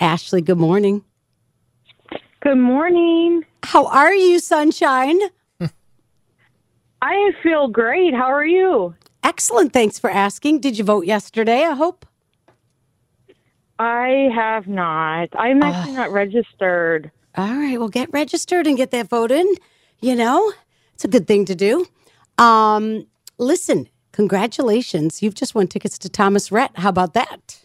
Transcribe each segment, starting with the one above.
Ashley, good morning. Good morning. How are you, sunshine? I feel great. How are you? Excellent. Thanks for asking. Did you vote yesterday? I hope. I have not. I'm Ah. actually not registered. All right. Well, get registered and get that vote in. You know, it's a good thing to do. Um, listen, congratulations. You've just won tickets to Thomas Rhett. How about that?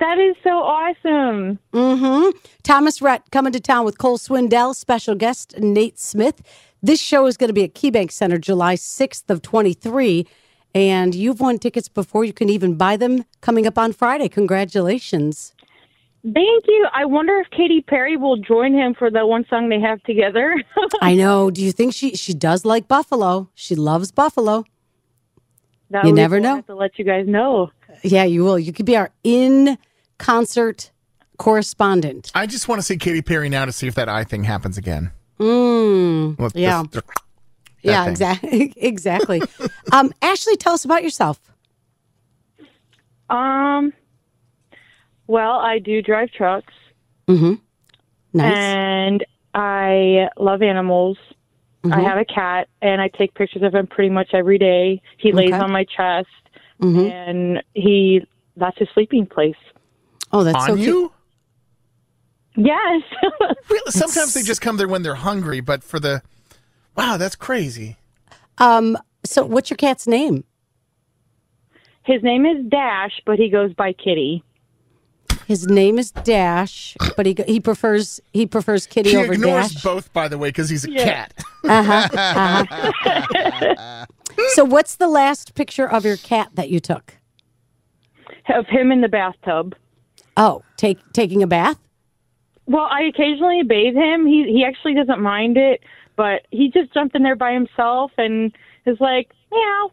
That is so awesome. Mm-hmm. Thomas Rhett coming to town with Cole Swindell, special guest Nate Smith. This show is going to be at KeyBank Center July 6th of 23, and you've won tickets before you can even buy them coming up on Friday. Congratulations. Thank you. I wonder if Katy Perry will join him for that one song they have together. I know. Do you think she she does like Buffalo? She loves Buffalo. that You would be never cool. I know. have to let you guys know. Yeah, you will. You could be our in concert correspondent. I just want to see Katy Perry now to see if that eye thing happens again. Mm, With yeah. this- yeah, thing. exactly. exactly. um, Ashley, tell us about yourself. Um, well, I do drive trucks Mm-hmm. Nice. and I love animals. I Mm-hmm. have a cat and I take pictures of him pretty much every day. He lays Okay. on my chest Mhm. and he that's his sleeping place. Oh, that's on so cute. you? Yes. Really? Sometimes they just come there when they're hungry, but for the wow, that's crazy. Um, so what's your cat's name? his name is Dash, but he goes by Kitty. His name is Dash, but he he prefers he prefers Kitty He over ignores Dash. both, by the way, because he's a Yeah. cat. So what's the last picture of your cat that you took? Of him in the bathtub. Oh, take taking a bath. Well, I occasionally bathe him. He he actually doesn't mind it, but he just jumped in there by himself and is like, meow.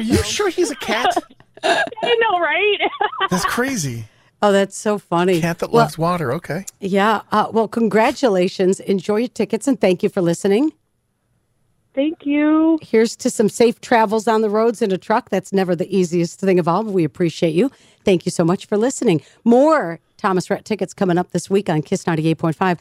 you sure he's a cat? I know, right? That's crazy. Oh, that's so funny. Cat that well, loves water. Okay. yeah. Uh, well, congratulations. Enjoy your tickets and thank you for listening. Thank you. Here's to some safe travels on the roads in a truck. That's never the easiest thing of all, but we appreciate you. Thank you so much for listening. More Thomas Rhett tickets coming up this week on Kiss 98.5.